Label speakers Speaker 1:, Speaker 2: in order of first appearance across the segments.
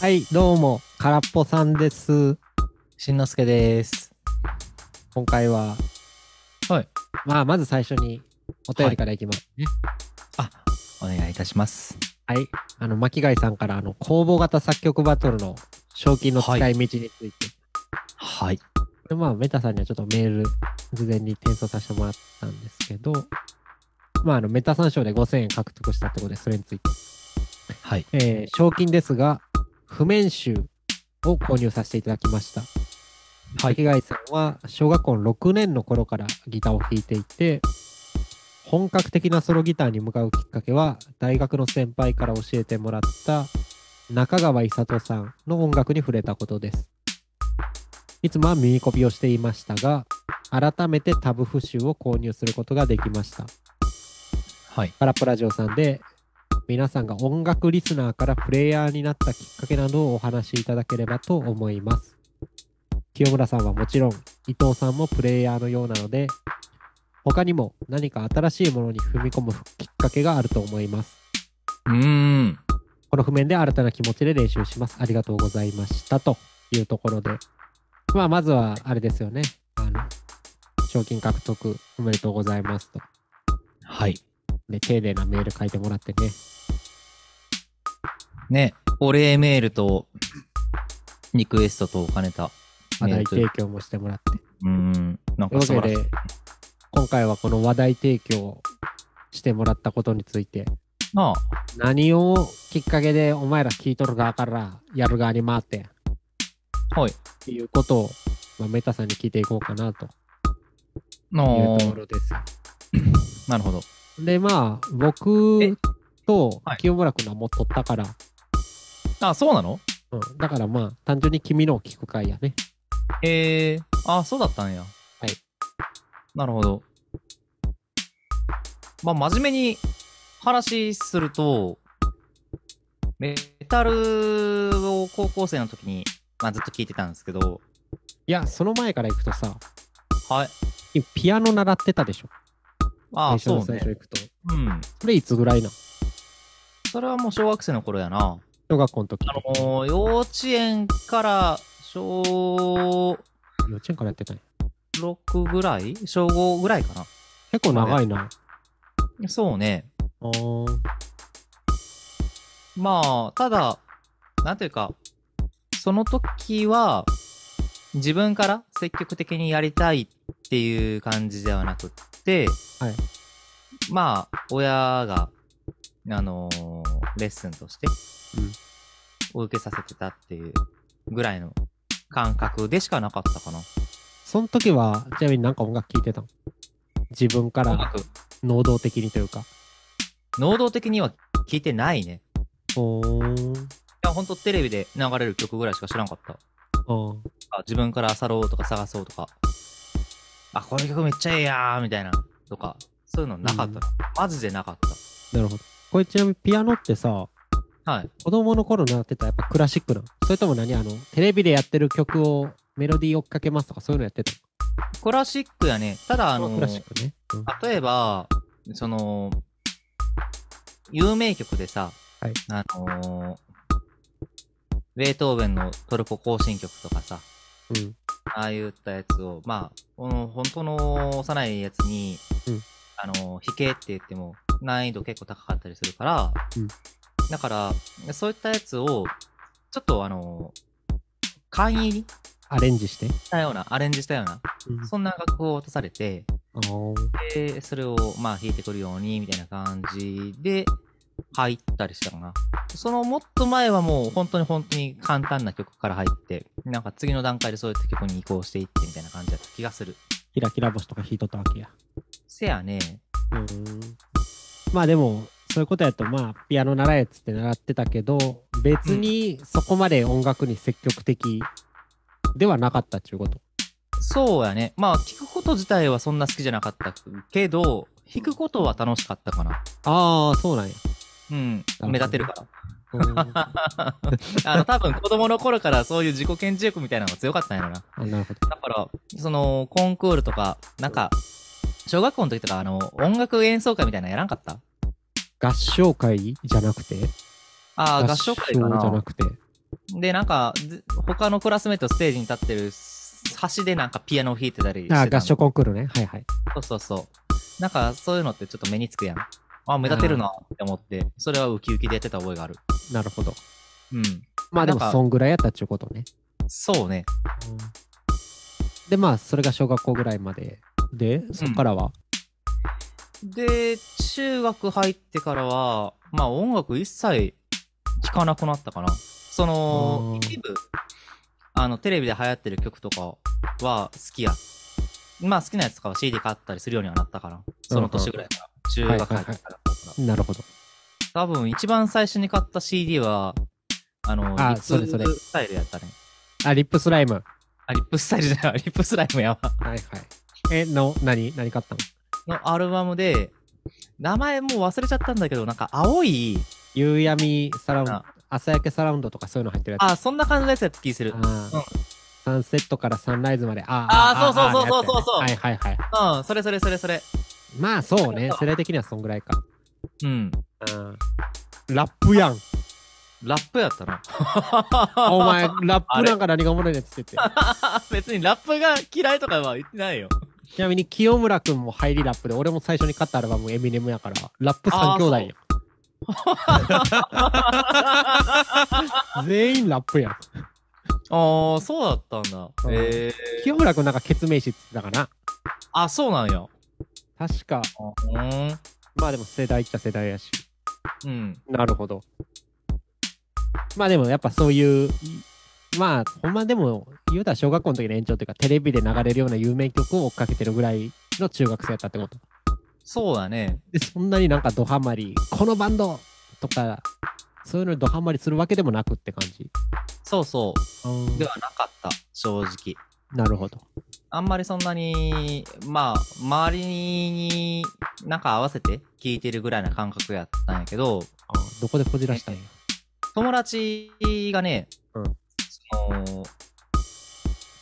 Speaker 1: はい、どうも、空っぽさんです。
Speaker 2: しんのすけです。
Speaker 1: 今回は、
Speaker 2: はい。
Speaker 1: まあ、まず最初に、お便りからいきます。
Speaker 2: あ、お願いいたします。
Speaker 1: はい。あの、巻貝さんから、あの、公募型作曲バトルの賞金の使い道について。
Speaker 2: はい。
Speaker 1: でまあ、メタさんにはちょっとメール、事前に転送させてもらったんですけど、まあ、あの、メタさん賞で5000円獲得したってことで、それについて。
Speaker 2: はい。
Speaker 1: えー賞金ですが、譜面集を購入させていただきました。
Speaker 2: は
Speaker 1: 巻
Speaker 2: い。
Speaker 1: 貝さんは小学校の6年の頃からギターを弾いていて本格的なソロギターに向かうきっかけは大学の先輩から教えてもらった中川勇人さんの音楽に触れたことですいつもは耳コピをしていましたが改めてタブ譜集を購入することができました
Speaker 2: はい。
Speaker 1: パラプラジオさんで皆さんが音楽リスナーからプレイヤーになったきっかけなどをお話しいただければと思います清村さんはもちろん伊藤さんもプレイヤーのようなので他にも何か新しいものに踏み込むきっかけがあると思います
Speaker 2: うーん。
Speaker 1: この譜面で新たな気持ちで練習しますありがとうございましたというところでまあまずはあれですよねあの賞金獲得おめでとうございますと
Speaker 2: はい。
Speaker 1: で丁寧なメール書いてもらってね
Speaker 2: ね、お礼メールと、リクエストとお金た
Speaker 1: 課
Speaker 2: メー
Speaker 1: 題
Speaker 2: ルという
Speaker 1: 提。供もしてもらって
Speaker 2: うーん。なん
Speaker 1: とい
Speaker 2: か
Speaker 1: う
Speaker 2: 素
Speaker 1: わ
Speaker 2: 晴
Speaker 1: け
Speaker 2: らしい
Speaker 1: で。、今回はこの話題提供をしてもらったことについて、
Speaker 2: ああ、
Speaker 1: 何をきっかけでお前ら聞いとる側からやる側に回って、
Speaker 2: はい。
Speaker 1: っていうことを、まあ、メタさんに聞いていこうかなとい
Speaker 2: な
Speaker 1: うところです。
Speaker 2: なるほど。
Speaker 1: で、まあ、
Speaker 2: え
Speaker 1: 僕と
Speaker 2: はい
Speaker 1: 清村君はもう撮ったから、
Speaker 2: あ、そうなの
Speaker 1: うん、だからまあ、単純に君のを聞く回やね。。
Speaker 2: えー、あ、そうだったんや。はいなるほど。まあ、真面目に話すると、メタルを高校生の時に、まあ、ずっと聞いてたんですけど、
Speaker 1: いや、その前から行くとさ、
Speaker 2: はい。
Speaker 1: ピアノ習ってたでしょ。
Speaker 2: ああ、
Speaker 1: 最
Speaker 2: そ
Speaker 1: 初の最
Speaker 2: う
Speaker 1: 初
Speaker 2: ね。
Speaker 1: 行くと。
Speaker 2: うん。
Speaker 1: それいつぐらいなん
Speaker 2: それはもう小学生の頃やな。
Speaker 1: 小学校の時。
Speaker 2: あのー幼稚園から小
Speaker 1: 幼稚園からやってたんや
Speaker 2: 6ぐらい小5ぐらいか
Speaker 1: 結構長いな。
Speaker 2: な。そうね。
Speaker 1: あー
Speaker 2: まあ、ただ、なんていうか、その時は、自分から積極的にやりたいっていう感じではなくって、
Speaker 1: はい
Speaker 2: まあ、親が、あのーレッスンとして、お受けさせてたっていうぐらいの感覚でしかなかったかな。
Speaker 1: その時は、ちなみになんか音楽聴いてたの自分か
Speaker 2: 音
Speaker 1: ら
Speaker 2: 楽、
Speaker 1: 能動的にというか。
Speaker 2: 能動的には聞いてないね。
Speaker 1: ほーん。
Speaker 2: いや、ほんとテレビで流れる曲ぐらいしか知らんかった。
Speaker 1: あ
Speaker 2: あ自分から漁ろうとか探そうとか、あ、この曲めっちゃええやーみたいな、とか、そういうのなかった。マジでなかっ
Speaker 1: あ、なるほど。これちなみにピアノってさ、
Speaker 2: た。はい。
Speaker 1: 子供の頃習ってたやっぱクラシックなのそれとも何あの、テレビでやってる曲をメロディー追っかけますとかそういうのやってた
Speaker 2: クラシックやね。ただ、あ
Speaker 1: の
Speaker 2: の
Speaker 1: クラシック
Speaker 2: ー、
Speaker 1: ね。うん
Speaker 2: 例えば、その、有名曲でさ、
Speaker 1: はい
Speaker 2: あのー、ベートーベンのトルコ行進曲とかさ、
Speaker 1: うん。
Speaker 2: ああいったやつを、まあ、この本当の幼いやつに、
Speaker 1: うん
Speaker 2: あの、弾けって言っても難易度結構高かったりするから、
Speaker 1: うん
Speaker 2: だから、そういったやつを、ちょっとあの、簡易にし
Speaker 1: アレンジして。
Speaker 2: たような、アレンジしたような、
Speaker 1: うん
Speaker 2: そんな楽譜を渡されて、
Speaker 1: あー
Speaker 2: で、それをまあ弾いてくるように、みたいな感じで、入ったりしたかな。そのもっと前はもう本当に本当に簡単な曲から入って、なんか次の段階でそういった曲に移行していってみたいな感じだった気がする。
Speaker 1: キラキラ星とか弾いとったわけや。
Speaker 2: せやね。
Speaker 1: うーん。まあでも、そういうことやと、まあ、ピアノ習えっつって習ってたけど、別にそこまで音楽に積極的ではなかったっちゅうこと。
Speaker 2: そうやね。まあ、聞くこと自体はそんな好きじゃなかったけど、弾くことは楽しかったかな。
Speaker 1: ああ、そうなんや。
Speaker 2: うん。
Speaker 1: ど
Speaker 2: 目立てるか
Speaker 1: う ーんあ
Speaker 2: ら。あの、多分子供の頃からそういう自己顕示欲みたいなのが強かったんやろな。
Speaker 1: なるほど。
Speaker 2: だから、その、コンクールとか、なんか、小学校の時とか、あの、音楽演奏会みたいなのやらんかった
Speaker 1: 合唱会じゃなくて
Speaker 2: ああ、合唱会か
Speaker 1: 合唱じゃな
Speaker 2: な。
Speaker 1: くて。
Speaker 2: で、なんか、ず他のクラスメートステージに立ってる端でなんかピアノを弾いてたりしてた
Speaker 1: あ
Speaker 2: の
Speaker 1: 合唱コンクールね。はいはい。
Speaker 2: そうそうそう。なんか、そういうのってちょっと目につくやん。あ、目立てるなって思って、それはウキウキでやってた覚えがある。
Speaker 1: なるほど。
Speaker 2: うん。
Speaker 1: まあで
Speaker 2: なん
Speaker 1: も、
Speaker 2: か
Speaker 1: そんぐらいやったっちゅうことね。
Speaker 2: そうね。
Speaker 1: で、まあ、それが小学校ぐらいまで。で、そっからは、
Speaker 2: で、中学入ってからは、まあ音楽一切聴かなくなったかな。その、
Speaker 1: あー
Speaker 2: 一部、あの、テレビで流行ってる曲とかは好きや。まあ好きなやつとかは CD 買ったりするようにはなったかな。その年ぐらいから。中学入ってからだから。
Speaker 1: なるほど。
Speaker 2: 多分一番最初に買った CD は、あの、
Speaker 1: あ
Speaker 2: リッ
Speaker 1: それそれ
Speaker 2: プスタイルやったね。
Speaker 1: あ、リップスライム。
Speaker 2: あ、リップスタイルじゃない、 リップスライムやわ。
Speaker 1: はいはい。え、の、何何買ったの
Speaker 2: のアルバムで、名前もう忘れちゃったんだけど、なんか青い、
Speaker 1: 夕闇サラウンド
Speaker 2: あ、
Speaker 1: 朝焼けサラウンドとかそういうの入ってるやつ。
Speaker 2: あ、そんな感じのやつやった気する。
Speaker 1: あー
Speaker 2: うん
Speaker 1: サンセットからサンライズまで。あ
Speaker 2: あーそうそうそうそうそうそう
Speaker 1: あーあーってやつねはいはいはい。
Speaker 2: うん、それそれそれそれ。
Speaker 1: まあそうね。世代的にはそんぐらいか。
Speaker 2: うん。
Speaker 1: うん。ラップやん。
Speaker 2: ラップやったな。
Speaker 1: お 前、ラップなんか何がおもろいねっつってて。
Speaker 2: 別にラップが嫌いとかは言ってないよ。
Speaker 1: ちなみに清村くんも入りラップで、俺も最初に買ったアルバムエミネムやから、ラップ3兄弟や ん。全員ラップやん。
Speaker 2: ああ、そうだったんだ。
Speaker 1: うん
Speaker 2: えー。
Speaker 1: 清村くんなんかケツメイシっつってたかな。
Speaker 2: あ、そうなんや。
Speaker 1: 確か、
Speaker 2: うん。
Speaker 1: まあでも世代っちゃ世代やし。
Speaker 2: うん。
Speaker 1: なるほど。まあでもやっぱそういう、まあほんまでも、言うたら小学校の時の延長というか、テレビで流れるような有名曲を追っかけてるぐらいの中学生やったってこと。
Speaker 2: そうだね。
Speaker 1: で、そんなになんかドハマり、このバンドとか、そういうのにドハマりするわけでもなくって感じ。
Speaker 2: そうそ
Speaker 1: うん
Speaker 2: う。ではなかった、正直。
Speaker 1: なるほど。
Speaker 2: あんまりそんなに、まあ、周りに、なんか合わせて聞いてるぐらいな感覚やったんやけど、
Speaker 1: どこでこじらしたんや。
Speaker 2: 友達がね、
Speaker 1: うん
Speaker 2: その、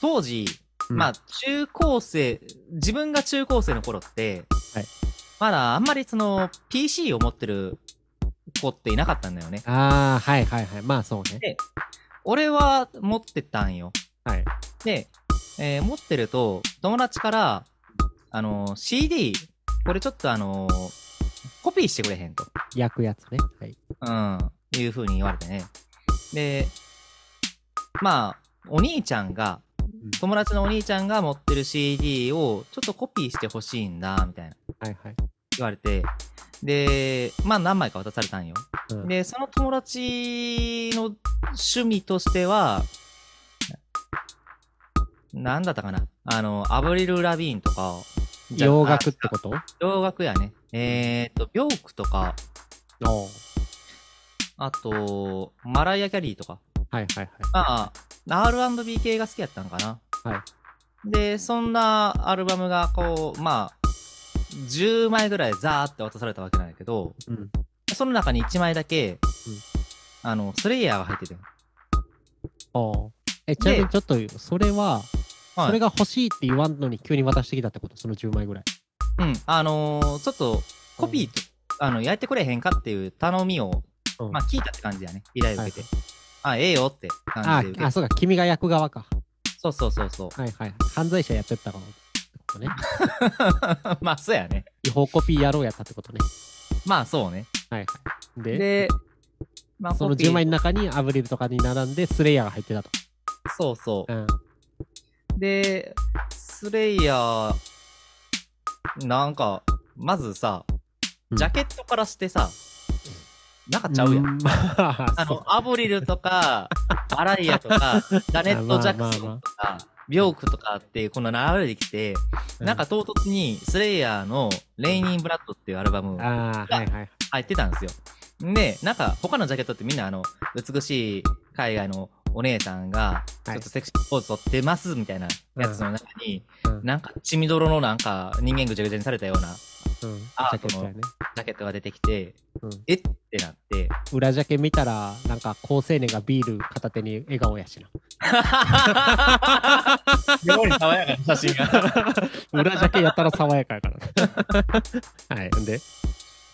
Speaker 2: 当時、
Speaker 1: うん
Speaker 2: まあ、中高生、自分が中高生の頃って、
Speaker 1: はい
Speaker 2: まだあんまりその、PC を持ってる子っていなかったんだよね。
Speaker 1: ああ、はいはいはい。まあそうね。
Speaker 2: 俺は持ってたんよ。
Speaker 1: はい。
Speaker 2: で、えー持ってると、友達から、あのー CD、これちょっとあのーコピーしてくれへんと。
Speaker 1: 焼くやつね。はい。
Speaker 2: うん、いう風に言われてね。で、まあ、お兄ちゃんが、友達のお兄ちゃんが持ってる CD をちょっとコピーしてほしいんだ、みたいな
Speaker 1: はいはい。
Speaker 2: 言われて、で、まあ何枚か渡されたんよ。
Speaker 1: うん
Speaker 2: で、その友達の趣味としては、なんだったかなあの、アブリル・ラビーンとか、じゃ
Speaker 1: 洋楽って
Speaker 2: あ
Speaker 1: こと
Speaker 2: 洋楽やね。えーっと、ビョークとか、
Speaker 1: おー
Speaker 2: あと、マライア・キャリーとか。
Speaker 1: はいはいはい。
Speaker 2: まあ、R&B 系が好きやったんかな。。
Speaker 1: はい
Speaker 2: で、そんなアルバムが、こう、まあ、10枚ぐらいザーって渡されたわけなんやけど、
Speaker 1: うん。
Speaker 2: その中に1枚だけ、あの、スレイヤーが入ってたよ。
Speaker 1: おーえ、ちなみにちょっと、それは、
Speaker 2: はい
Speaker 1: それが欲しいって言わんのに急に渡してきたってことその10枚ぐらい。
Speaker 2: うん。あのーちょっと、コピーと、あの、焼いてくれへんかっていう頼みを、
Speaker 1: うん
Speaker 2: まあ、聞いたって感じやね。依頼を受けて。あ、ええよって感
Speaker 1: あ
Speaker 2: じで受
Speaker 1: ー
Speaker 2: け
Speaker 1: あ、
Speaker 2: て。
Speaker 1: そうか。君が焼く側か。
Speaker 2: そうそうそうそう。
Speaker 1: はいはい。犯罪者やってったかも。ってことね。
Speaker 2: まあ、そうやね。
Speaker 1: 違法コピー野郎やったってことね。
Speaker 2: まあ、そうね。
Speaker 1: はいはい。で、
Speaker 2: で、まあ、
Speaker 1: その
Speaker 2: コピー
Speaker 1: 10枚の中にアブリルとかに並んでスレイヤーが入ってたと。
Speaker 2: そうそう
Speaker 1: う。ん。
Speaker 2: で、スレイヤー、なんか、まずさ、
Speaker 1: うん
Speaker 2: ジャケットからしてさ、なんかちゃうやん。
Speaker 1: ん。まあ、
Speaker 2: あ
Speaker 1: そう
Speaker 2: の、アブリルと か、アライアとか、ダネット・ジャクソンとか、ビョークとかっていう、この流れできて、なんか、唐突に、スレイヤーの、レイニン・ブラッドっていうアルバム
Speaker 1: うんああ、はいはい。
Speaker 2: 入ってたんですよ。で、なんか、他のジャケットってみんな、あの、美しい海外のお姉さんが、ち
Speaker 1: は
Speaker 2: ょ
Speaker 1: い
Speaker 2: っとセクシーポーズ取ってます、みたいなやつの中に、
Speaker 1: うん
Speaker 2: なんか、血みどろのなんか、人間ぐちゃぐちゃにされたような
Speaker 1: うん、ジ
Speaker 2: あ
Speaker 1: ャケットやね。
Speaker 2: ジャケットが出てきて、
Speaker 1: うん
Speaker 2: えってな って、
Speaker 1: 裏ジャケ見たら、なんか高青年がビール片手に笑顔やしな。
Speaker 2: すごい爽やかな写真が。
Speaker 1: 裏ジャケやったら爽やかやからね。 はい、んで、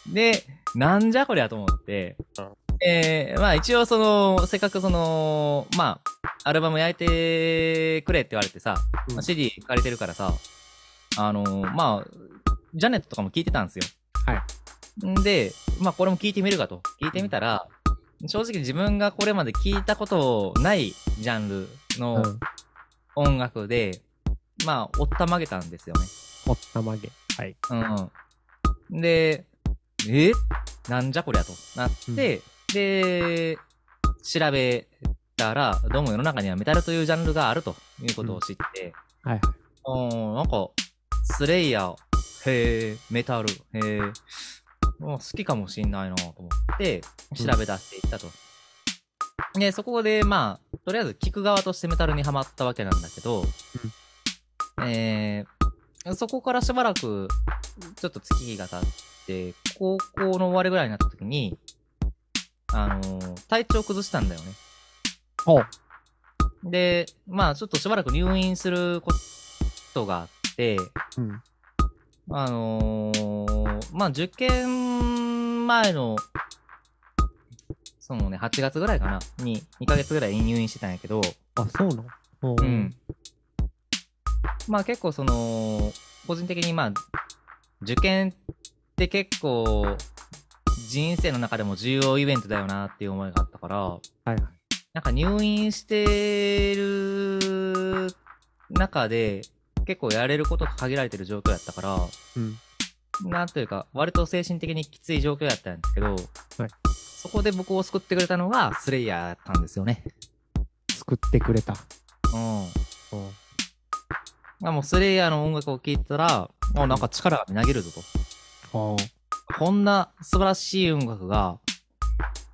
Speaker 2: で、なんじゃこりゃと思って、えーまあ一応その、せっかくその、まあ、アルバム焼いてくれって言われてさ、
Speaker 1: うん
Speaker 2: まあ CD 借りてるからさ、あのーまあ、ジャネットとかも聞いてたんですよ。。
Speaker 1: はい
Speaker 2: んで、まあこれも聞いてみるかと。聞いてみたら、正直自分がこれまで聞いたことないジャンル
Speaker 1: う
Speaker 2: の
Speaker 1: ん。
Speaker 2: 音楽で、まあ、おったまげたんですよね。
Speaker 1: おったまげ。はい。
Speaker 2: うん。で、えなんじゃこりゃとなって、で、調べたら、どうも世の中にはメタルというジャンルがあるということを知って、
Speaker 1: はいはい。
Speaker 2: うん、なんか、スレイヤー、へえ、メタル、へえ、もう好きかもしんないなと思って、調べ出していったと。で、そこで、まあ、とりあえず聞く側としてメタルにはまったわけなんだけど、えー、そこからしばらく、ちょっと月日が経って、高校の終わりぐらいになった時に、あのー体調崩したんだよね。
Speaker 1: ほう。
Speaker 2: で、まあちょっとしばらく入院することがあって、
Speaker 1: うん。
Speaker 2: あのーまあ受験前の、そのね、8月ぐらいかな、に2ヶ月ぐらい入院してたんやけど、
Speaker 1: あ、そうなのほ
Speaker 2: う。ん。まあ結構その、個人的にまあ、受験って結構、人生の中でも重要イベントだよなっていう思いがあったから、
Speaker 1: はいはい。
Speaker 2: なんか入院してる中で、結構やれることが限られてる状況やったから、
Speaker 1: うん。
Speaker 2: なんというか、割と精神的にきつい状況やったんですけど、
Speaker 1: はい
Speaker 2: そこで僕を救ってくれたのがスレイヤーだったんですよね。
Speaker 1: 作ってくれた。
Speaker 2: うん。
Speaker 1: うん。
Speaker 2: あもうスレイヤーの音楽を聴いたら、もうなんか力がみなぎるぞと。
Speaker 1: ほう。
Speaker 2: こんな素晴らしい音楽が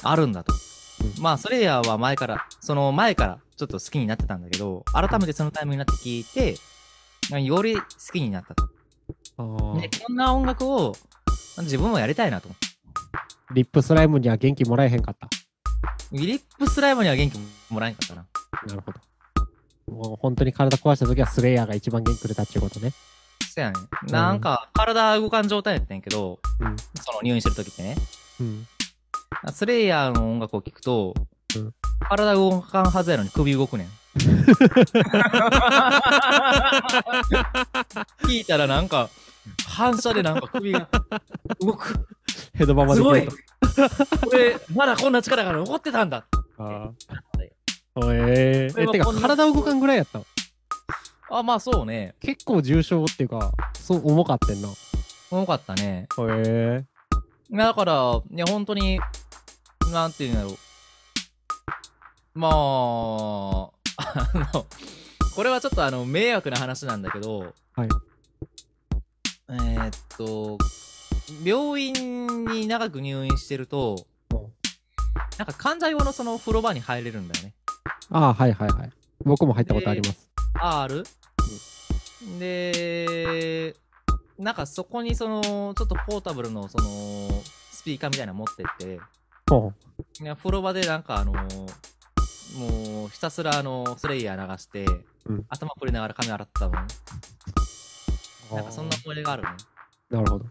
Speaker 2: あるんだと
Speaker 1: う。
Speaker 2: まあ、スレイヤーは前から、その前からちょっと好きになってたんだけど、改めてそのタイミングになって聞いて、より好きになったと。
Speaker 1: あ
Speaker 2: で、こんな音楽を自分もやりたいなと。
Speaker 1: あ。リップスライムには元気もらえへんかった。
Speaker 2: リリップスライムには元気もらえんかったな。
Speaker 1: なるほど。もう本当に体壊した時はスレイヤーが一番元気くれたっていうことね。
Speaker 2: そやね。なんか、体動かん状態やったんやけど、
Speaker 1: うん
Speaker 2: その入院してる時ってね。
Speaker 1: うん。
Speaker 2: スレイヤーの音楽を聴くと、
Speaker 1: うん
Speaker 2: 体動かんはずやのに首動くねん。聞いたらなんか、反射でなんか首が動く。
Speaker 1: ヘドバますで
Speaker 2: ご
Speaker 1: 来
Speaker 2: い
Speaker 1: ると。
Speaker 2: 俺、まだこんな力が残ってたんだ。
Speaker 1: ああ。ええ
Speaker 2: これは
Speaker 1: てか
Speaker 2: こんな
Speaker 1: 体動かんぐらいやったの
Speaker 2: あ、まあそうね。
Speaker 1: 結構重症っていうか、そう重かってんな。へ
Speaker 2: 重かったね。
Speaker 1: え
Speaker 2: だから、いや、本当に、なんていうんだろう。まあ、あの、これはちょっとあの、迷惑な話なんだけど、
Speaker 1: はい。
Speaker 2: えーっと、病院に長く入院してる
Speaker 1: う
Speaker 2: と、
Speaker 1: ん
Speaker 2: なんか患者用のその風呂場に入れるんだよね。
Speaker 1: ああ、はいはいはい。僕も入ったことあります。
Speaker 2: R? で、なんかそこにその、ちょっとポータブルのその、スピーカーみたいなの持ってって、
Speaker 1: ほ
Speaker 2: いや、風呂場でなんかあのーもうひたすらあのースレイヤー流して、
Speaker 1: うん
Speaker 2: 頭振りながら髪洗ってたもん。
Speaker 1: う。
Speaker 2: なんかそんな思い出があるね。
Speaker 1: あー。なるほど。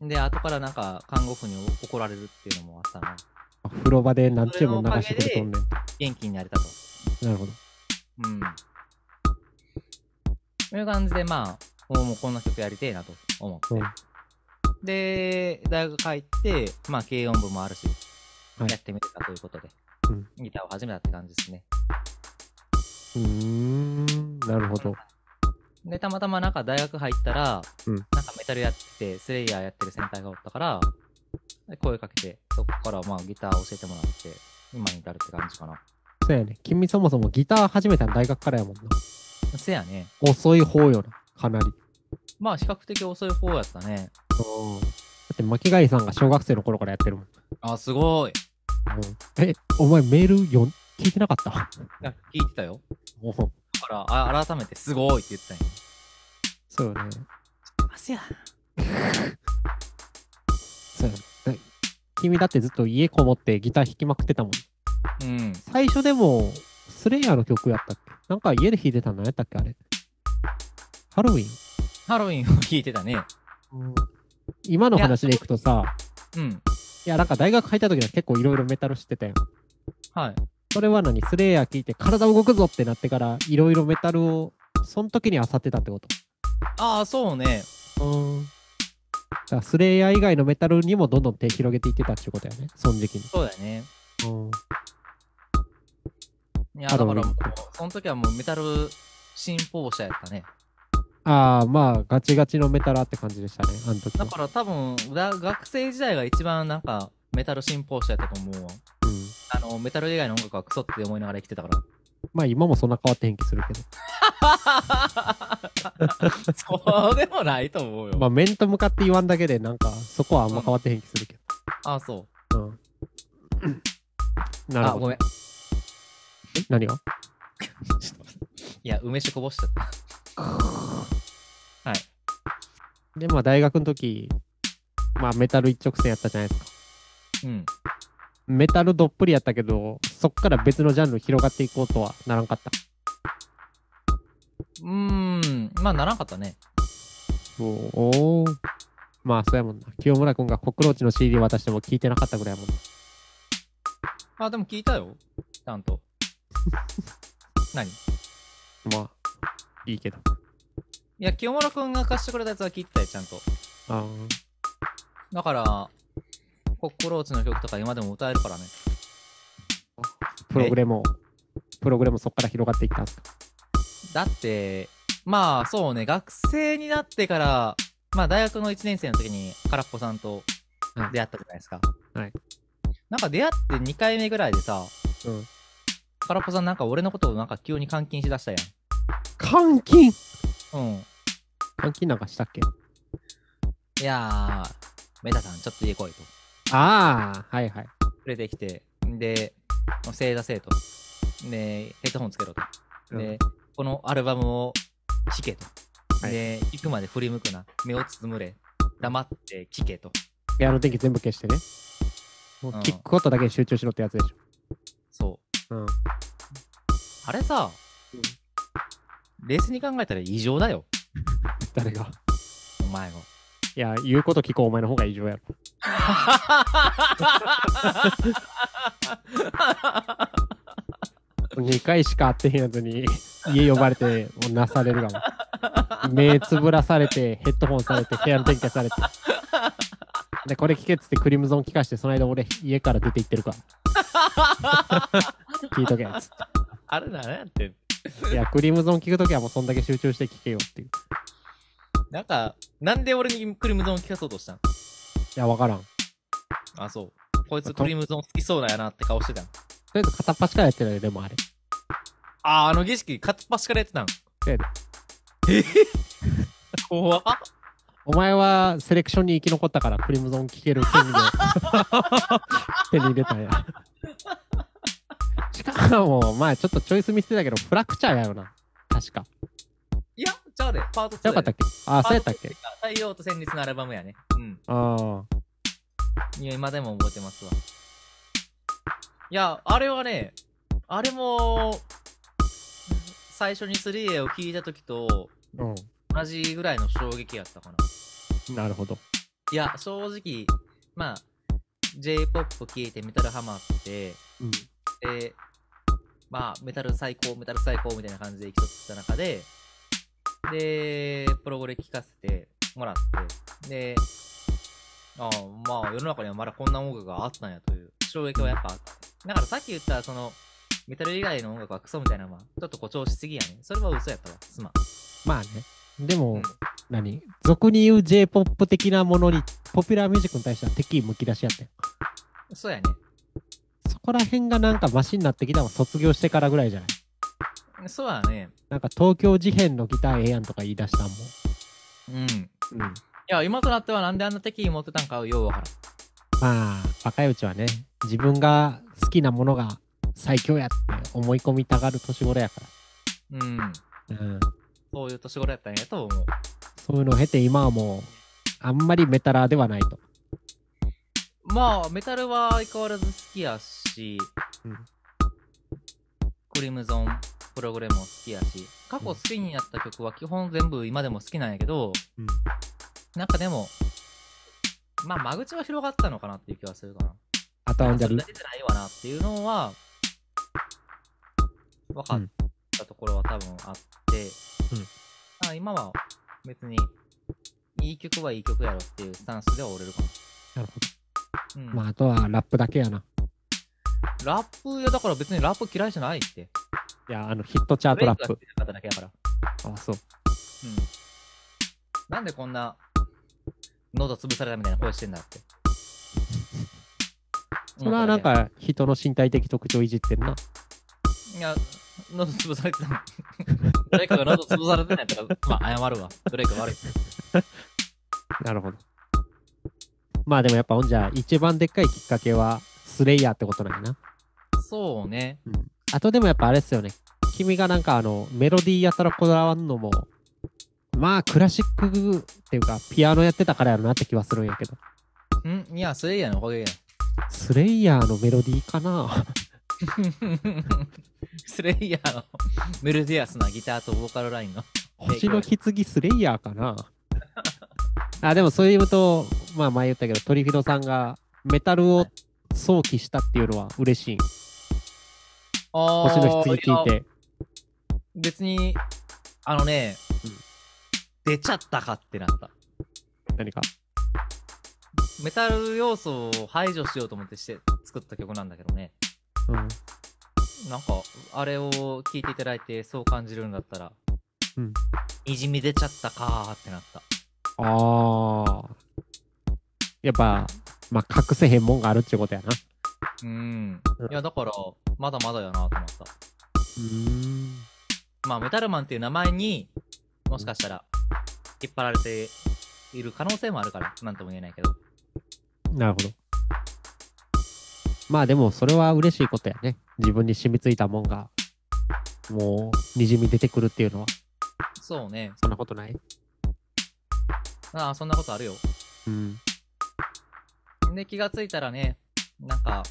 Speaker 2: で、後からなんか看護婦に怒られるっていうのもあったな。
Speaker 1: 風呂場で何チームも流してくれとんねん。
Speaker 2: 元気になれたと。
Speaker 1: なるほど。
Speaker 2: うん。という感じで、まあ、もうもうこんな曲やりてえなと思って。
Speaker 1: うん
Speaker 2: で、大学入って、まあ、軽音部もあるし、
Speaker 1: はい
Speaker 2: やってみてたということで、
Speaker 1: うん
Speaker 2: ギターを始めたって感じですね。
Speaker 1: うーん、なるほど。
Speaker 2: で、たまたまなんか大学入ったら、
Speaker 1: うん
Speaker 2: なんかメタルやってて、スレイヤーやってる先輩がおったから、で声かけて、そこからまあギター教えてもらって、今に至るって感じかな。
Speaker 1: そうやね。君そもそもギター始めたの大学からやもんな。
Speaker 2: せやね。
Speaker 1: 遅い方よな、かなり。うん。
Speaker 2: まあ比較的遅い方やったね。
Speaker 1: だって巻貝さんが小学生の頃からやってるもん。
Speaker 2: あ、すごい。
Speaker 1: うん、え、お前メールよ聞いてなかった
Speaker 2: なんか聞いてたよ。
Speaker 1: もう、
Speaker 2: だから、あ改めてすごいって言ってたんや。
Speaker 1: そうよね。
Speaker 2: せや。
Speaker 1: そうよね。だ君だってずっと家こもってギター弾きまくってたもん。
Speaker 2: うん。
Speaker 1: 最初でも、スレイヤーの曲やったっけなんか家で弾いてたのやったっけあれ。ハロウィン
Speaker 2: ハロウィンを聞いてたね。
Speaker 1: 今の話でいくとさ、
Speaker 2: うん。
Speaker 1: いや、なんか大学入った時は結構いろいろメタル知ってたやん。
Speaker 2: はい。
Speaker 1: それは何スレイヤー聞いて体動くぞってなってからいろいろメタルを、その時に漁ってたってこと
Speaker 2: ああ、そうね。
Speaker 1: うん。だからスレイヤー以外のメタルにもどんどん手広げていってたっていうことやね。その時期に。
Speaker 2: そうだね。
Speaker 1: うん。
Speaker 2: いや、
Speaker 1: ハ
Speaker 2: だか
Speaker 1: ロ
Speaker 2: ら
Speaker 1: ウィン
Speaker 2: もう、その時はもうメタル信奉者やったね。
Speaker 1: ああ、まあ、ガチガチのメタラーって感じでしたね。あの時
Speaker 2: だ
Speaker 1: は。
Speaker 2: から多分、だ学生時代が一番なんか、メタル信奉者やったと思うわ。
Speaker 1: うん。
Speaker 2: あの、メタル以外の音楽はクソって思いながら生きてたから。
Speaker 1: まあ、今もそんな変わってへん気するけど。
Speaker 2: そうでもないと思うよ。
Speaker 1: まあ、面と向かって言わんだけで、なんか、そこはあんま変わってへん気するけ
Speaker 2: あ、あ、そう。
Speaker 1: ど。うん。なる
Speaker 2: あ、
Speaker 1: ほ
Speaker 2: ご
Speaker 1: ど。
Speaker 2: めん。
Speaker 1: え何が
Speaker 2: いや、梅酒こぼしちゃった。はい。
Speaker 1: で、まあ、大学の時、まあ、メタル一直線やったじゃないですか。
Speaker 2: うん。
Speaker 1: メタルどっぷりやったけど、そっから別のジャンル広がっていこうとはならんかった。
Speaker 2: うーん。まあ、ならんかったね。
Speaker 1: おお。まあ、そうやもんな。清村君がコクローチの CD 渡しても聞いてなかったぐらいやもんな。
Speaker 2: あ、でも聞いたよ。ちゃんと。 何い
Speaker 1: まあ、いいけど。
Speaker 2: や、清村くんが貸してくれたやつは聞いてたよ、ちゃんと。
Speaker 1: あ
Speaker 2: だから、コッコローチの曲とか今でも歌えるからね。
Speaker 1: ープログレも、プログレもそっから広がっていったんすか。
Speaker 2: だって、まあそうね、学生になってから、まあ大学の1年生の時に空っぽさんと
Speaker 1: はい
Speaker 2: 出会ったじゃないですか。
Speaker 1: はい。
Speaker 2: なんか出会って2回目ぐらいでさ、
Speaker 1: うん。
Speaker 2: 空っぽさんなんか俺のことをなんか急に監禁しだしたや
Speaker 1: 監禁
Speaker 2: ん。うん。
Speaker 1: 監禁なんかしたっけ
Speaker 2: いやー、メタさんちょっと家来いと。
Speaker 1: ああ、はいはい。
Speaker 2: 連れてきて、で、正座せえと。で、ヘッドホンつけろと。で、このアルバムを聴けと。
Speaker 1: はい
Speaker 2: で、行くまで振り向くな。目をつむれ。黙って聴けと。
Speaker 1: 部屋の電気全部消してね。もう
Speaker 2: うん
Speaker 1: 聞くことだけに集中しろってやつでし
Speaker 2: そう。
Speaker 1: ょ。うん。
Speaker 2: あれさ、冷静に考えたら異常だよ。
Speaker 1: 誰が
Speaker 2: お前も。
Speaker 1: いや、言うこと聞こうお前の方が異常やろ。2回しか会ってへんやつに家呼ばれてもうなされるがも目つぶらされてヘッドホンされて部屋の電気消されてでこれ聞けっつってクリムゾン聞かしてその間俺家から出て行ってるから聞いとけっつっ
Speaker 2: あれだねって。
Speaker 1: ていやクリムゾン聞くときはもうそんだけ集中して聞けよっていうい
Speaker 2: なんか、なんで俺にクリムゾンを聞かそうとしたん
Speaker 1: やわからんと
Speaker 2: あ、そう。こいつクリムゾン好きそうだよなって顔してたん。
Speaker 1: りあえず片っ端からやってるよでもあれ
Speaker 2: あー、あの儀式、片っ端からやってたん。
Speaker 1: ええ
Speaker 2: え 怖っ
Speaker 1: お前はセレクションに生き残ったからクリムゾン聞ける権利を 手に入れたんや しかも前ちょっとチョイス見せてたけどフラクチャーやよな確か
Speaker 2: いや、じゃあね、パート2。
Speaker 1: よかったっけああ、そうやったっけ
Speaker 2: 太陽と戦慄のアルバムやね。うん。
Speaker 1: ああ。
Speaker 2: いや、今でも覚えてますわ。いや、あれはね、あれも、最初に 3A を聞いた時と
Speaker 1: う
Speaker 2: 同じぐらいの衝撃やったかな。
Speaker 1: ん。なるほど。
Speaker 2: いや、正直、まあ、J-POP 聞いてメタルハマって、
Speaker 1: うん。
Speaker 2: で、まあ、メタル最高、メタル最高みたいな感じで生きとった中で、で、プログレ聞かせてもらって、で、ああ、まあ、世の中にはまだこんな音楽があったんやという衝撃はやっぱあった。だからさっき言った、その、メタル以外の音楽はクソみたいなのは、ちょっと誇張しすぎやね。それは嘘やったわ。すまん。
Speaker 1: まあね。でも、
Speaker 2: うん
Speaker 1: 何俗に言う J-POP 的なものに、ポピュラーミュージックに対しては敵意むき出しやったよ
Speaker 2: そうやね。
Speaker 1: そこら辺がなんかマシになってきたのは卒業してからぐらいじゃない
Speaker 2: そうやね。
Speaker 1: なんか東京事変のギターええやんとか言い出したんも
Speaker 2: うん。い
Speaker 1: ん。うん。
Speaker 2: や、今となってはなんであんな敵意持ってたんかはようわからん。
Speaker 1: まあ、若いうちはね、自分が好きなものが最強やって思い込みたがる年頃やか
Speaker 2: うん。
Speaker 1: ら。うん。
Speaker 2: そういう年頃やったんやと思う。
Speaker 1: そういうのを経て今はもう、あんまりメタラーではないと。
Speaker 2: まあ、メタルは相変わらず好きやし、
Speaker 1: うん
Speaker 2: クリムゾンプログレも好きやし、過去好きになった曲は基本全部今でも好きなんやけど、
Speaker 1: うん
Speaker 2: なんかでも、まあ、間口は広がったのかなっていう気はするかな。
Speaker 1: アタウンダ
Speaker 2: そ
Speaker 1: ル
Speaker 2: れが。出てないわなっていうのは、分かったところは多分あって、
Speaker 1: うん
Speaker 2: まあ今は別に、いい曲はいい曲やろっていうスタンスでは折れるかも。
Speaker 1: なるほ
Speaker 2: うん
Speaker 1: ど。まあ、あとはラップだけやな。
Speaker 2: ラップ、いやだから別にラップ嫌いじゃないって。
Speaker 1: いや、あの、ヒットチャートラッ
Speaker 2: ブレ
Speaker 1: プ
Speaker 2: イク。が好きな方だけやから。
Speaker 1: あ、そう。
Speaker 2: うん。なんでこんな、喉潰されたみたいな声してんだって。
Speaker 1: それはなんか、人の身体的特徴いじってんな。
Speaker 2: いや、喉潰されてたもん。 誰かが喉潰されてないとか、まあ、謝るわ。ブレイク悪い。
Speaker 1: なるほど。まあでもやっぱ、ほんじゃ、一番でっかいきっかけは、スレイヤーってことなんやな。
Speaker 2: そうね。
Speaker 1: あとでもやっぱあれっすよね。君がなんかあの、メロディーやたらこだわんのも、まあクラシックっていうか、ピアノやってたからやろなって気はするんやけど。
Speaker 2: んいや、スレイヤーのおかげ や。
Speaker 1: スレイヤーのメロディーかな
Speaker 2: スレイヤーのメルディアスなギターとボーカルラインの。
Speaker 1: 星の棺スレイヤーかなあ、でもそういうと、まあ前言ったけど、トリフィドさんがメタルを想起したっていうのは嬉しい。
Speaker 2: あ
Speaker 1: 星の棺聞い
Speaker 2: や
Speaker 1: て。
Speaker 2: 別に、あのね、
Speaker 1: うん
Speaker 2: 出ちゃったかってなった。
Speaker 1: 何か。
Speaker 2: メタル要素を排除しようと思ってして作った曲なんだけどね。
Speaker 1: うん。
Speaker 2: なんか、あれを聴いていただいてそう感じるんだったら、
Speaker 1: うん
Speaker 2: いじみ出ちゃったかーってなった。
Speaker 1: ああ。やっぱ、まあ隠せへんもんがあるっちゅうことやな。
Speaker 2: うん
Speaker 1: うん。
Speaker 2: いや、だから、まだまだやなと思った。
Speaker 1: うーん。
Speaker 2: まあ、メタルマンっていう名前に、もしかしたら、引っ張られている可能性もあるから、なんとも言えないけど。
Speaker 1: なるほど。まあでもそれは嬉しいことやね。自分に染みついたもんが、もう、にじみ出てくるっていうのは、
Speaker 2: そうね。
Speaker 1: そんなことない
Speaker 2: ああ、そんなことあるよ。
Speaker 1: うん。
Speaker 2: で、気がついたらね、なんか、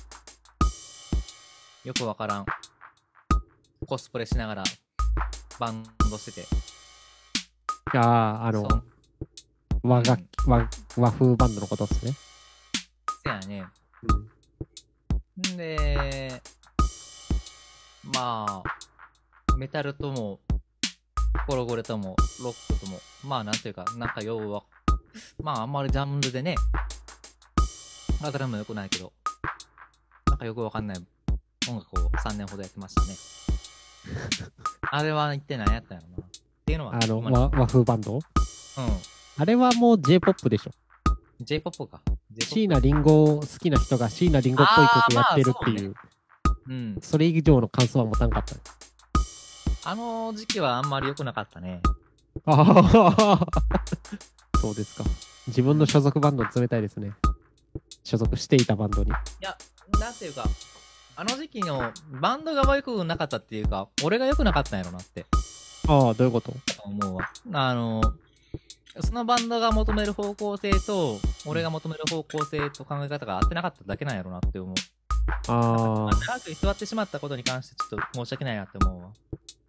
Speaker 2: よくわからん。コスプレしながら、バンドしてて。
Speaker 1: いやーあの
Speaker 2: そ、う
Speaker 1: 和楽器、和、和風バンドのことっすね。
Speaker 2: せやね。
Speaker 1: うん。
Speaker 2: んで、まあ、メタルとも、コロゴレとも、ロックとも、まあなんていうか、なんか要は、まああんまりジャンルでね、あたりも良くないけど、なんかよくわかんない音楽を3年ほどやってま したね。あれは一体何やったんやろな。っていうのは、
Speaker 1: あの、
Speaker 2: 今の
Speaker 1: 和和風バンド
Speaker 2: う
Speaker 1: あれはもう J-POP でしょ。
Speaker 2: ん。J-POP か。J-POP。
Speaker 1: 椎名林檎好きな人が椎名林檎っぽい曲やってるっていう、
Speaker 2: あーまあそううん。
Speaker 1: それ以上の感想は持たんかった。
Speaker 2: あの時期はあんまり良くなかったね。
Speaker 1: ああ、 そうですか。自分の所属バンドに冷たいですね。所属していたバンドに。
Speaker 2: なんていうか、あの時期のバンドが悪くなかったっていうか、俺が良くなかったんやろなって
Speaker 1: ああ、どういうこと
Speaker 2: 思うわ。あの、そのバンドが求める方向性と、俺が求める方向性と考え方が合ってなかっただけなんやろなって思う。
Speaker 1: あ
Speaker 2: まあ
Speaker 1: あ、
Speaker 2: 長く居座ってしまったことに関してちょっと申し訳ないなって思うわ。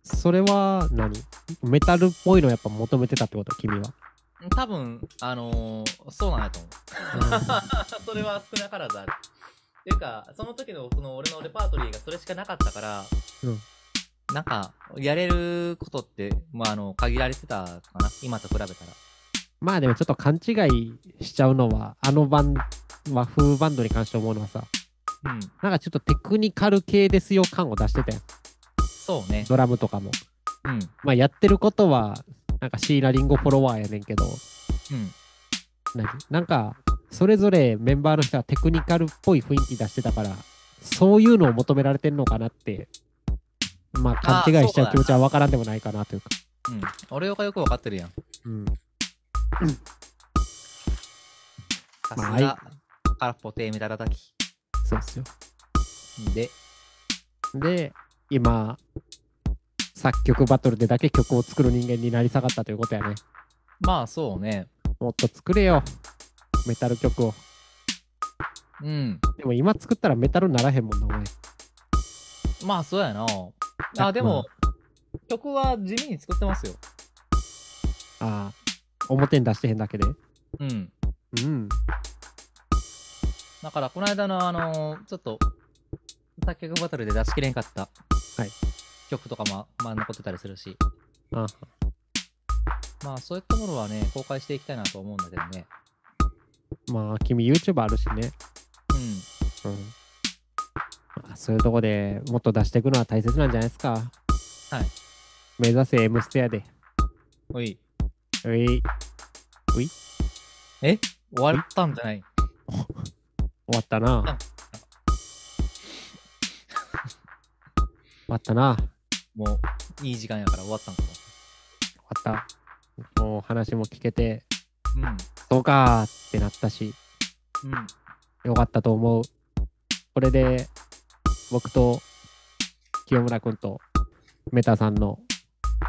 Speaker 1: それは何メタルっぽいのやっぱ求めてたってこと君 は。
Speaker 2: 多分、あのそうなんやと思う。 それは少なからずある。っていうか、その時のその俺のレパートリーがそれしかなかったから、
Speaker 1: うん
Speaker 2: なんか、やれることって、まあ、あの、限られてたかな。今と比べたら。
Speaker 1: まあでもちょっと勘違いしちゃうのは、あのバン和風バンドに関して思うのはさ、
Speaker 2: うん。
Speaker 1: なんかちょっとテクニカル系ですよ感を出してたよ。
Speaker 2: そうね。
Speaker 1: ドラムとかも。
Speaker 2: うん。うん。
Speaker 1: まあやってることは、なんか椎名林檎フォロワーやねんけど、何なんか、それぞれメンバーの人はテクニカルっぽい雰囲気出してたから、そういうのを求められてんのかなって、まあ勘
Speaker 2: あー
Speaker 1: 違いしちゃう
Speaker 2: そうだな
Speaker 1: 気持ちはわからんでもないかなというか。
Speaker 2: うん。俺よくよくわかってるやん。
Speaker 1: うん。
Speaker 2: さ
Speaker 1: まあ
Speaker 2: すが、空っぽ手メタ叩き。
Speaker 1: そうっすよ。
Speaker 2: で、
Speaker 1: で、今、作曲バトルでだけ曲を作る人間になり下がったということやね。
Speaker 2: まあそうね。
Speaker 1: もっと作れよ。メタル曲を。
Speaker 2: うん。
Speaker 1: でも今作ったらメタルならへんもんな、お前。
Speaker 2: まあそうやな。あ、でも、曲は地味に作ってますよ。
Speaker 1: ああ、表に出してへんだけで。
Speaker 2: うん。
Speaker 1: うん。
Speaker 2: だから、この間のあのーちょっと、作曲バトルで出しきれんかった、
Speaker 1: はい
Speaker 2: 曲とかも、まあ、残ってたりするし、
Speaker 1: あ
Speaker 2: まあ、そういったものはね、公開していきたいなと思うんだけどね。
Speaker 1: まあ、君 YouTube あるしね。
Speaker 2: うん。
Speaker 1: うん。まあ、そういうとこでもっと出していくのは大切なんじゃないですか。
Speaker 2: はい。
Speaker 1: 目指せ M ステアで。
Speaker 2: おい、
Speaker 1: うい、終
Speaker 2: 終わったんじゃない
Speaker 1: わったな。終わったな。終
Speaker 2: もう、いい時間やから終わったんか
Speaker 1: わった。もう話も聞けて、
Speaker 2: も。
Speaker 1: そうかーってなったし、
Speaker 2: うん。うん。
Speaker 1: よかったと思う。これで、僕と清村くんとメタさんの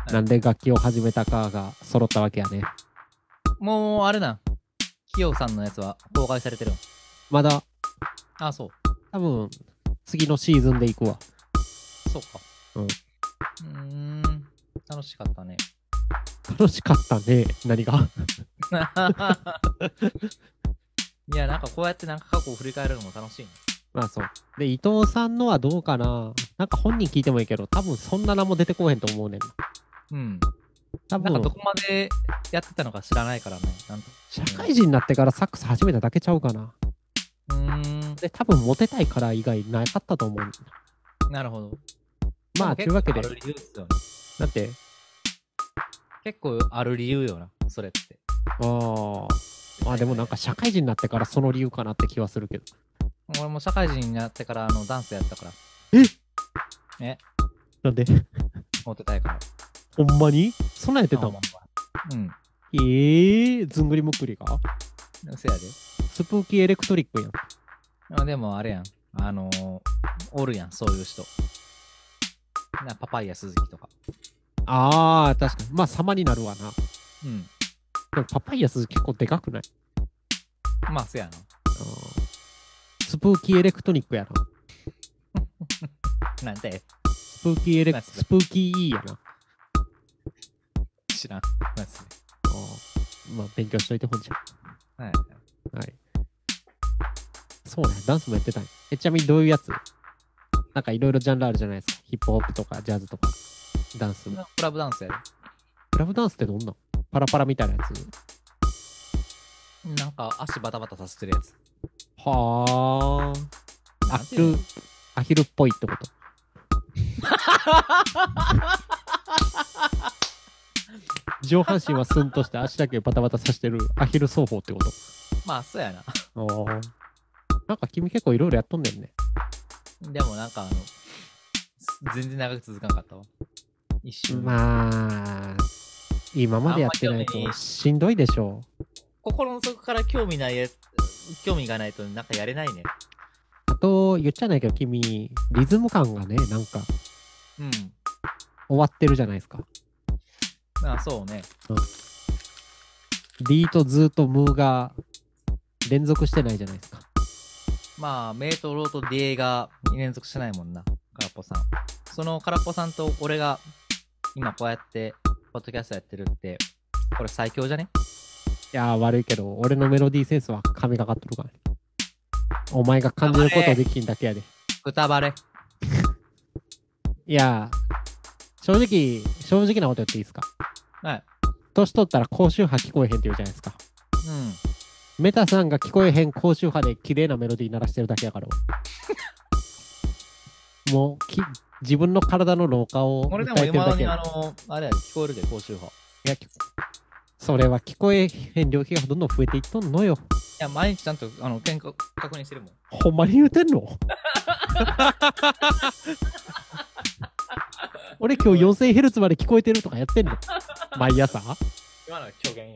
Speaker 2: い
Speaker 1: なんで楽器を始めたかが揃ったわけやね。
Speaker 2: もう、あれな。キヨさんのやつは公開されてるん
Speaker 1: まだ
Speaker 2: あ、そ
Speaker 1: 多分次のシーズンで行くわ。
Speaker 2: う。そうか。
Speaker 1: うん
Speaker 2: うーん。楽しかったね。
Speaker 1: 楽しかったね。何が
Speaker 2: いや、なんかこうやってなんか過去を振り返るのも楽しいね。
Speaker 1: まあそう。で、伊藤さんのはどうかななんか本人聞いてもいいけど、多分そんな名も出てこへんと思うねんな。
Speaker 2: うん。
Speaker 1: 多
Speaker 2: なんかど
Speaker 1: 分
Speaker 2: こまでやってたのか知らないからね。なんと
Speaker 1: 社会人になってからサックス始めただけちゃうかな。
Speaker 2: うーん。
Speaker 1: で、多分モテたいから以外なかったと思うねんな。
Speaker 2: なるほど。
Speaker 1: まあ、と
Speaker 2: で
Speaker 1: いう
Speaker 2: も
Speaker 1: わ
Speaker 2: 結
Speaker 1: け
Speaker 2: 構
Speaker 1: で
Speaker 2: あ、る理由っすよね。
Speaker 1: だって、
Speaker 2: 結構ある理由よな、それって。
Speaker 1: ああ、まあでもなんか社会人になってからその理由かなって気はするけど。
Speaker 2: 俺も社会人になってからあのダンスやったから、
Speaker 1: なんで、
Speaker 2: モテたいから。
Speaker 1: ほんまにそんなんやってた
Speaker 2: あ
Speaker 1: もん。
Speaker 2: うん。
Speaker 1: えー、ずんぐりむっくりが
Speaker 2: せやで。
Speaker 1: スプーキーエレクトリックやん。
Speaker 2: あでもあれやん。あのー、おるやん、そういう人。な、パパイヤ鈴木とか。
Speaker 1: ああ、確かに。まあ、様になるわな。
Speaker 2: うん。
Speaker 1: でもパパイヤ鈴結構でかくない
Speaker 2: まあ、せや
Speaker 1: スプーキーエレクトニックやな。
Speaker 2: な。なんで
Speaker 1: スプーキーエレ
Speaker 2: まあ
Speaker 1: ク、
Speaker 2: そう
Speaker 1: スプーキー E やな。
Speaker 2: 知らん。なんすね。
Speaker 1: あーまあ、勉強しといてほんじゃ
Speaker 2: はい。
Speaker 1: ん。はい。そうね、ダンスもやってたんやえ、ちなみにどういうやつなんかいろいろジャンルあるじゃないですか。ヒップホップとか、ジャズとか、ダンスも。
Speaker 2: クラブダンスやで。
Speaker 1: クラブダンスってどんなんパラパラみたいなやつ
Speaker 2: なんか足バタバタさせてるやつ。
Speaker 1: はあ。ア
Speaker 2: なん
Speaker 1: ヒ
Speaker 2: ていう
Speaker 1: ル
Speaker 2: の、
Speaker 1: アヒルっぽいってこと。上半身はスンとして足だけバタバタさしてるアヒル奏法ってこと。
Speaker 2: まあ、そうやな。
Speaker 1: ああ。なんか君結構いろいろやっとんねんね。
Speaker 2: でもなんかあの、全然長く続かなかったわ。一瞬。
Speaker 1: まあ、今までやってないとしんどいでしょ
Speaker 2: 心の底から興味ないや興味がないとなんかやれないね。
Speaker 1: う。あと、言っちゃないけど君、リズム感がね、なんか
Speaker 2: うん。
Speaker 1: 終わってるじゃないですか。
Speaker 2: あそうね。
Speaker 1: D とズーとムーが連続してないじゃないですか。
Speaker 2: まあ、メイとローと DA が連続してないもんな、空っぽさん。その空っぽさんと俺が今こうやって、ポッドキャストやってるって、これ最強じゃね
Speaker 1: いやー悪いけど、俺のメロディーセンスは神がかっとるからね。お前が感じることできんだけやで。
Speaker 2: くたばれ。
Speaker 1: いやー正直、正直なこと言っていいですか
Speaker 2: はい。
Speaker 1: 年取ったら高周波聞こえへんって言うじゃないですか。
Speaker 2: うん。
Speaker 1: メタさんが聞こえへん高周波で綺麗なメロディー鳴らしてるだけやから。俺もうき、自分の体の老化を
Speaker 2: 俺で
Speaker 1: 訴
Speaker 2: も
Speaker 1: えてる
Speaker 2: 今
Speaker 1: だ
Speaker 2: だ
Speaker 1: け
Speaker 2: に
Speaker 1: や
Speaker 2: あ
Speaker 1: で
Speaker 2: の、あれやで、聞こえるで、高周波。い
Speaker 1: いやきそれは聞こえへん領域がどんどん増えていっとんのよ。
Speaker 2: や、毎日ちゃんと、あの、健康確認してるもん。
Speaker 1: ほんまに言うてん の俺今日 4000Hz まで聞こえてるとかやってんの毎朝
Speaker 2: 今のは狂言や。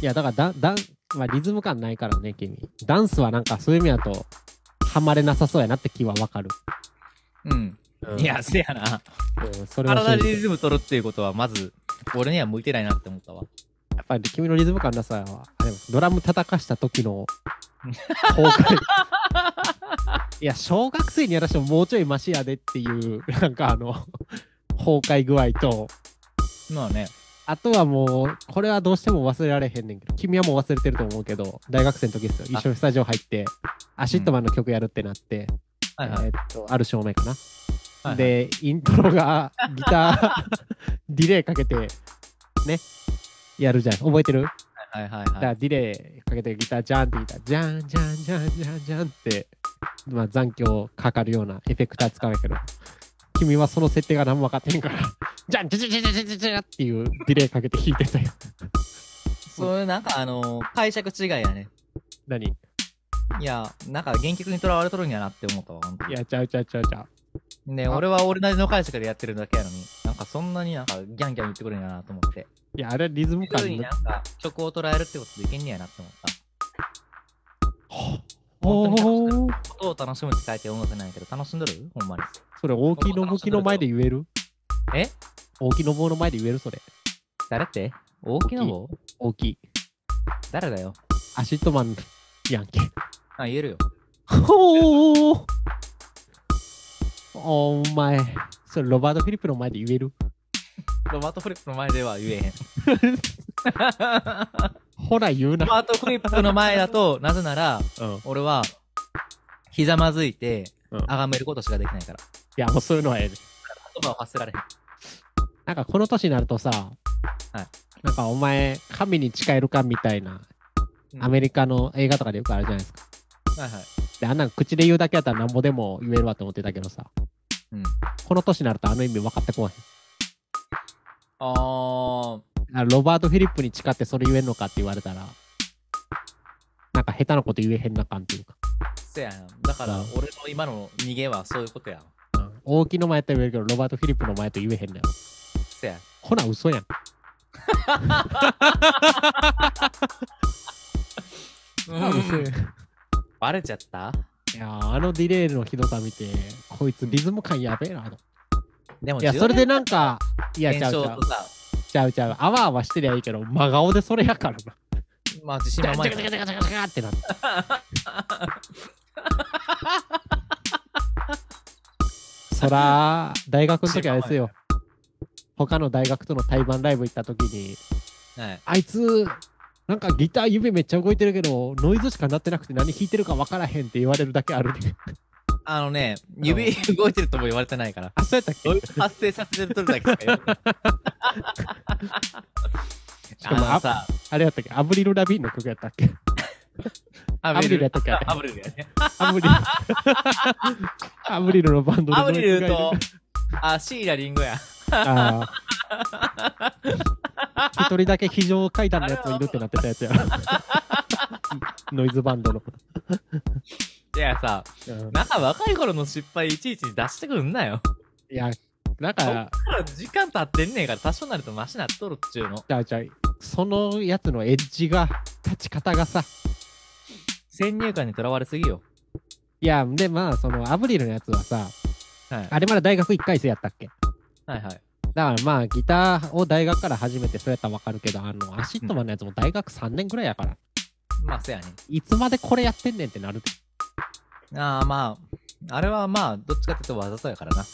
Speaker 1: いやだからだだ、まあ、リズム感ないからね君ダンスはなんかそういう意味だとハマれなさそうやなって気はわかる、
Speaker 2: うん。い、や、せやな。
Speaker 1: うん、それは
Speaker 2: 体
Speaker 1: 正
Speaker 2: で
Speaker 1: 直
Speaker 2: リズム取るっていうことは、まず、俺には向いてないなって思ったわ。
Speaker 1: やっぱり君のリズム感なさはあれドラム叩かした時の崩 壊いや小学生にやらしてももうちょいマシやでっていうなんかあの崩壊具合と
Speaker 2: まあね。
Speaker 1: あとはもう、これはどうしても忘れられへんねんけど、君はもう忘れてると思うけど、大学生の時ですよ。一緒にスタジオ入って、アシットマンの曲やるってなって、
Speaker 2: はい
Speaker 1: えーっと、ある照明かな。
Speaker 2: はい。はい、
Speaker 1: で、イントロ がギター、ディレイかけて、ね、やるじゃん。覚えてる、
Speaker 2: はい、はい
Speaker 1: だ
Speaker 2: はい
Speaker 1: か
Speaker 2: は
Speaker 1: ら
Speaker 2: い。
Speaker 1: ディレイかけてギター、ジャンってギター、ジャン、ジャン、ジャン、ジャン、ジャンって、まあ残響かかるようなエフェクター使うんやけど、君はその設定が何も分かってへんから、ジャン、ジャジャジャジャジャジャジャっていうディレイかけて弾いてたよ。
Speaker 2: そういう、なんか、あのー解釈違いやね。
Speaker 1: 何い
Speaker 2: いや、なんか、原曲にとらわれとるんやなって思ったわ、本当に。
Speaker 1: や、ちゃうちゃうちゃうちゃう。
Speaker 2: ね、
Speaker 1: あ
Speaker 2: 俺は俺なりの解釈でやってるだけやのに、なんか、そんなになんか、ギャンギャン言ってくるんやなと思って。
Speaker 1: いや、あれはリズム
Speaker 2: そういうふう
Speaker 1: 感
Speaker 2: に
Speaker 1: の
Speaker 2: なんか、曲を捉えるってことできんねやなって思った。
Speaker 1: お
Speaker 2: 本当に
Speaker 1: ー
Speaker 2: 音を楽しむって書いて音楽なんやけど、楽しんどるほんまに。
Speaker 1: それ、大木信木の前で言える
Speaker 2: え
Speaker 1: 大木信夫の前で言えるそれ。
Speaker 2: 誰って大きな方
Speaker 1: 大木。
Speaker 2: 誰だよ
Speaker 1: アシットマンやんけ。
Speaker 2: あ、言えるよ。
Speaker 1: おおお前、それロバート・フィリップの前で言える
Speaker 2: ロバート・フリップの前では言えへん。
Speaker 1: ほら言う
Speaker 2: ロ
Speaker 1: な。
Speaker 2: バート・フリップの前だと、なぜなら、
Speaker 1: うん、い
Speaker 2: 俺は、ひざまずいて、
Speaker 1: うん
Speaker 2: あがめることしかできないから。
Speaker 1: や、もうそういうのはええで。
Speaker 2: 言葉を発せられへん。
Speaker 1: なんかこの年になるとさ、
Speaker 2: はい
Speaker 1: なんかお前、神に近えるかみたいな、
Speaker 2: うん
Speaker 1: アメリカの映画とかでよくあるじゃないですか。
Speaker 2: はいはい。
Speaker 1: で、あんなん口で言うだけやったらなんぼでも言えるわと思ってたけどさ、
Speaker 2: うん。
Speaker 1: この年になるとあの意味分かってこへ
Speaker 2: あ
Speaker 1: ん。あロバート・フィリップに誓ってそれ言えんのかって言われたら、なんか下手なこと言えへんな感っていうか。
Speaker 2: ー、せやな。だから
Speaker 1: うん、
Speaker 2: 俺の今の逃げはそういうことや。
Speaker 1: うん、大木の前と言えるけど、ロバート・フィリップの前と言えへんのよ。
Speaker 2: せや。
Speaker 1: ほな、嘘やん。
Speaker 2: うん
Speaker 1: い
Speaker 2: バレちゃった
Speaker 1: やー、あのディレイのひどさ見て、こいつリズム感やべえなと。
Speaker 2: でも、
Speaker 1: いや、それでなんか、いや、
Speaker 2: 現
Speaker 1: ちゃうち
Speaker 2: 象
Speaker 1: ゃう
Speaker 2: と。さ、
Speaker 1: ちゃうちゃう。あわあわしてりゃいいけど、真顔でそれやからな。
Speaker 2: まあ、自
Speaker 1: チ
Speaker 2: 信
Speaker 1: ャ
Speaker 2: は
Speaker 1: カ
Speaker 2: ま
Speaker 1: チャ
Speaker 2: い
Speaker 1: カチャカチャカチャカチャカってなって。そら、大学の時あれですよ。他の大学との対バンライブ行った時に、
Speaker 2: はい。
Speaker 1: あいつ、なんかギター指めっちゃ動いてるけど、ノイズしかなってなくて何弾いてるか分からへんって言われるだけあるで。
Speaker 2: あのね、指動いてるとも言われてないから。
Speaker 1: あ、そうやったっけ
Speaker 2: 発生させてるだけしか言わない
Speaker 1: しかも
Speaker 2: あのさ、
Speaker 1: あれやったっけアブリル・ラビーンの曲やったっけ
Speaker 2: ア
Speaker 1: アブリルやったっけ
Speaker 2: アブリルやね。
Speaker 1: アブリル。アブリルのバンドで
Speaker 2: アブリル
Speaker 1: ど
Speaker 2: と
Speaker 1: ういう、
Speaker 2: あ、シーラリンゴや。
Speaker 1: 人がいるああ。一人だけ非常階段のやつもいるってなってたやつや。 ノイズバンドの。
Speaker 2: いやさ、
Speaker 1: うん
Speaker 2: なんか若い頃の失敗いちいち出してくんなよ。
Speaker 1: いや、なん
Speaker 2: そ
Speaker 1: か、
Speaker 2: っから時間経ってんねんから多少なるとマシなっとるっちゅうの。
Speaker 1: じゃあじゃあそのやつのエッジが、立ち方がさ。
Speaker 2: 先入観にとらわれすぎよ。
Speaker 1: いや、で、まあ、その、アブリルのやつはさ、
Speaker 2: はい。
Speaker 1: あれまだ大学1回生やったっけ
Speaker 2: はい
Speaker 1: だ
Speaker 2: はい。
Speaker 1: からまあギターを大学から始めてそうやったらわかるけどあのアシットマンのやつも大学3年ぐらいやから、
Speaker 2: まあ、せやね。
Speaker 1: いつまでこれやってんねんってなるで
Speaker 2: ああ、まあ、あれはまあ、どっちかっていうとわざとやからな。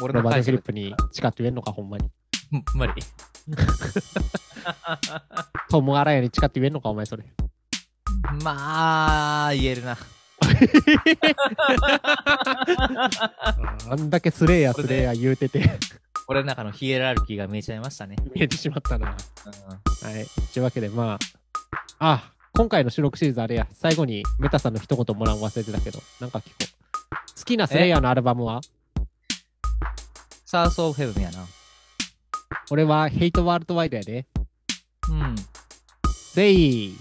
Speaker 2: 俺
Speaker 1: ロ
Speaker 2: の
Speaker 1: バート・
Speaker 2: 解
Speaker 1: フィリ
Speaker 2: 釈
Speaker 1: ップに誓って言えんのかほんまに
Speaker 2: うん無理。
Speaker 1: トム・アラヤに誓って言えんのかお前それ
Speaker 2: まあ、言えるな。
Speaker 1: あんだけスレイヤースレイヤー言うてて
Speaker 2: 俺の中のヒエラルキーが見えちゃいましたね。
Speaker 1: 見えてしまったなは
Speaker 2: うん
Speaker 1: いというわけでまああ今回の収録シリーズあれや最後にメタさんの一言もらうの忘れてたけどなんか聞こう好きなスレイヤーのアルバムは
Speaker 2: サウスオブヘブンやな。
Speaker 1: 俺はヘイト・ワールド・ワイドやで
Speaker 2: うん。
Speaker 1: せい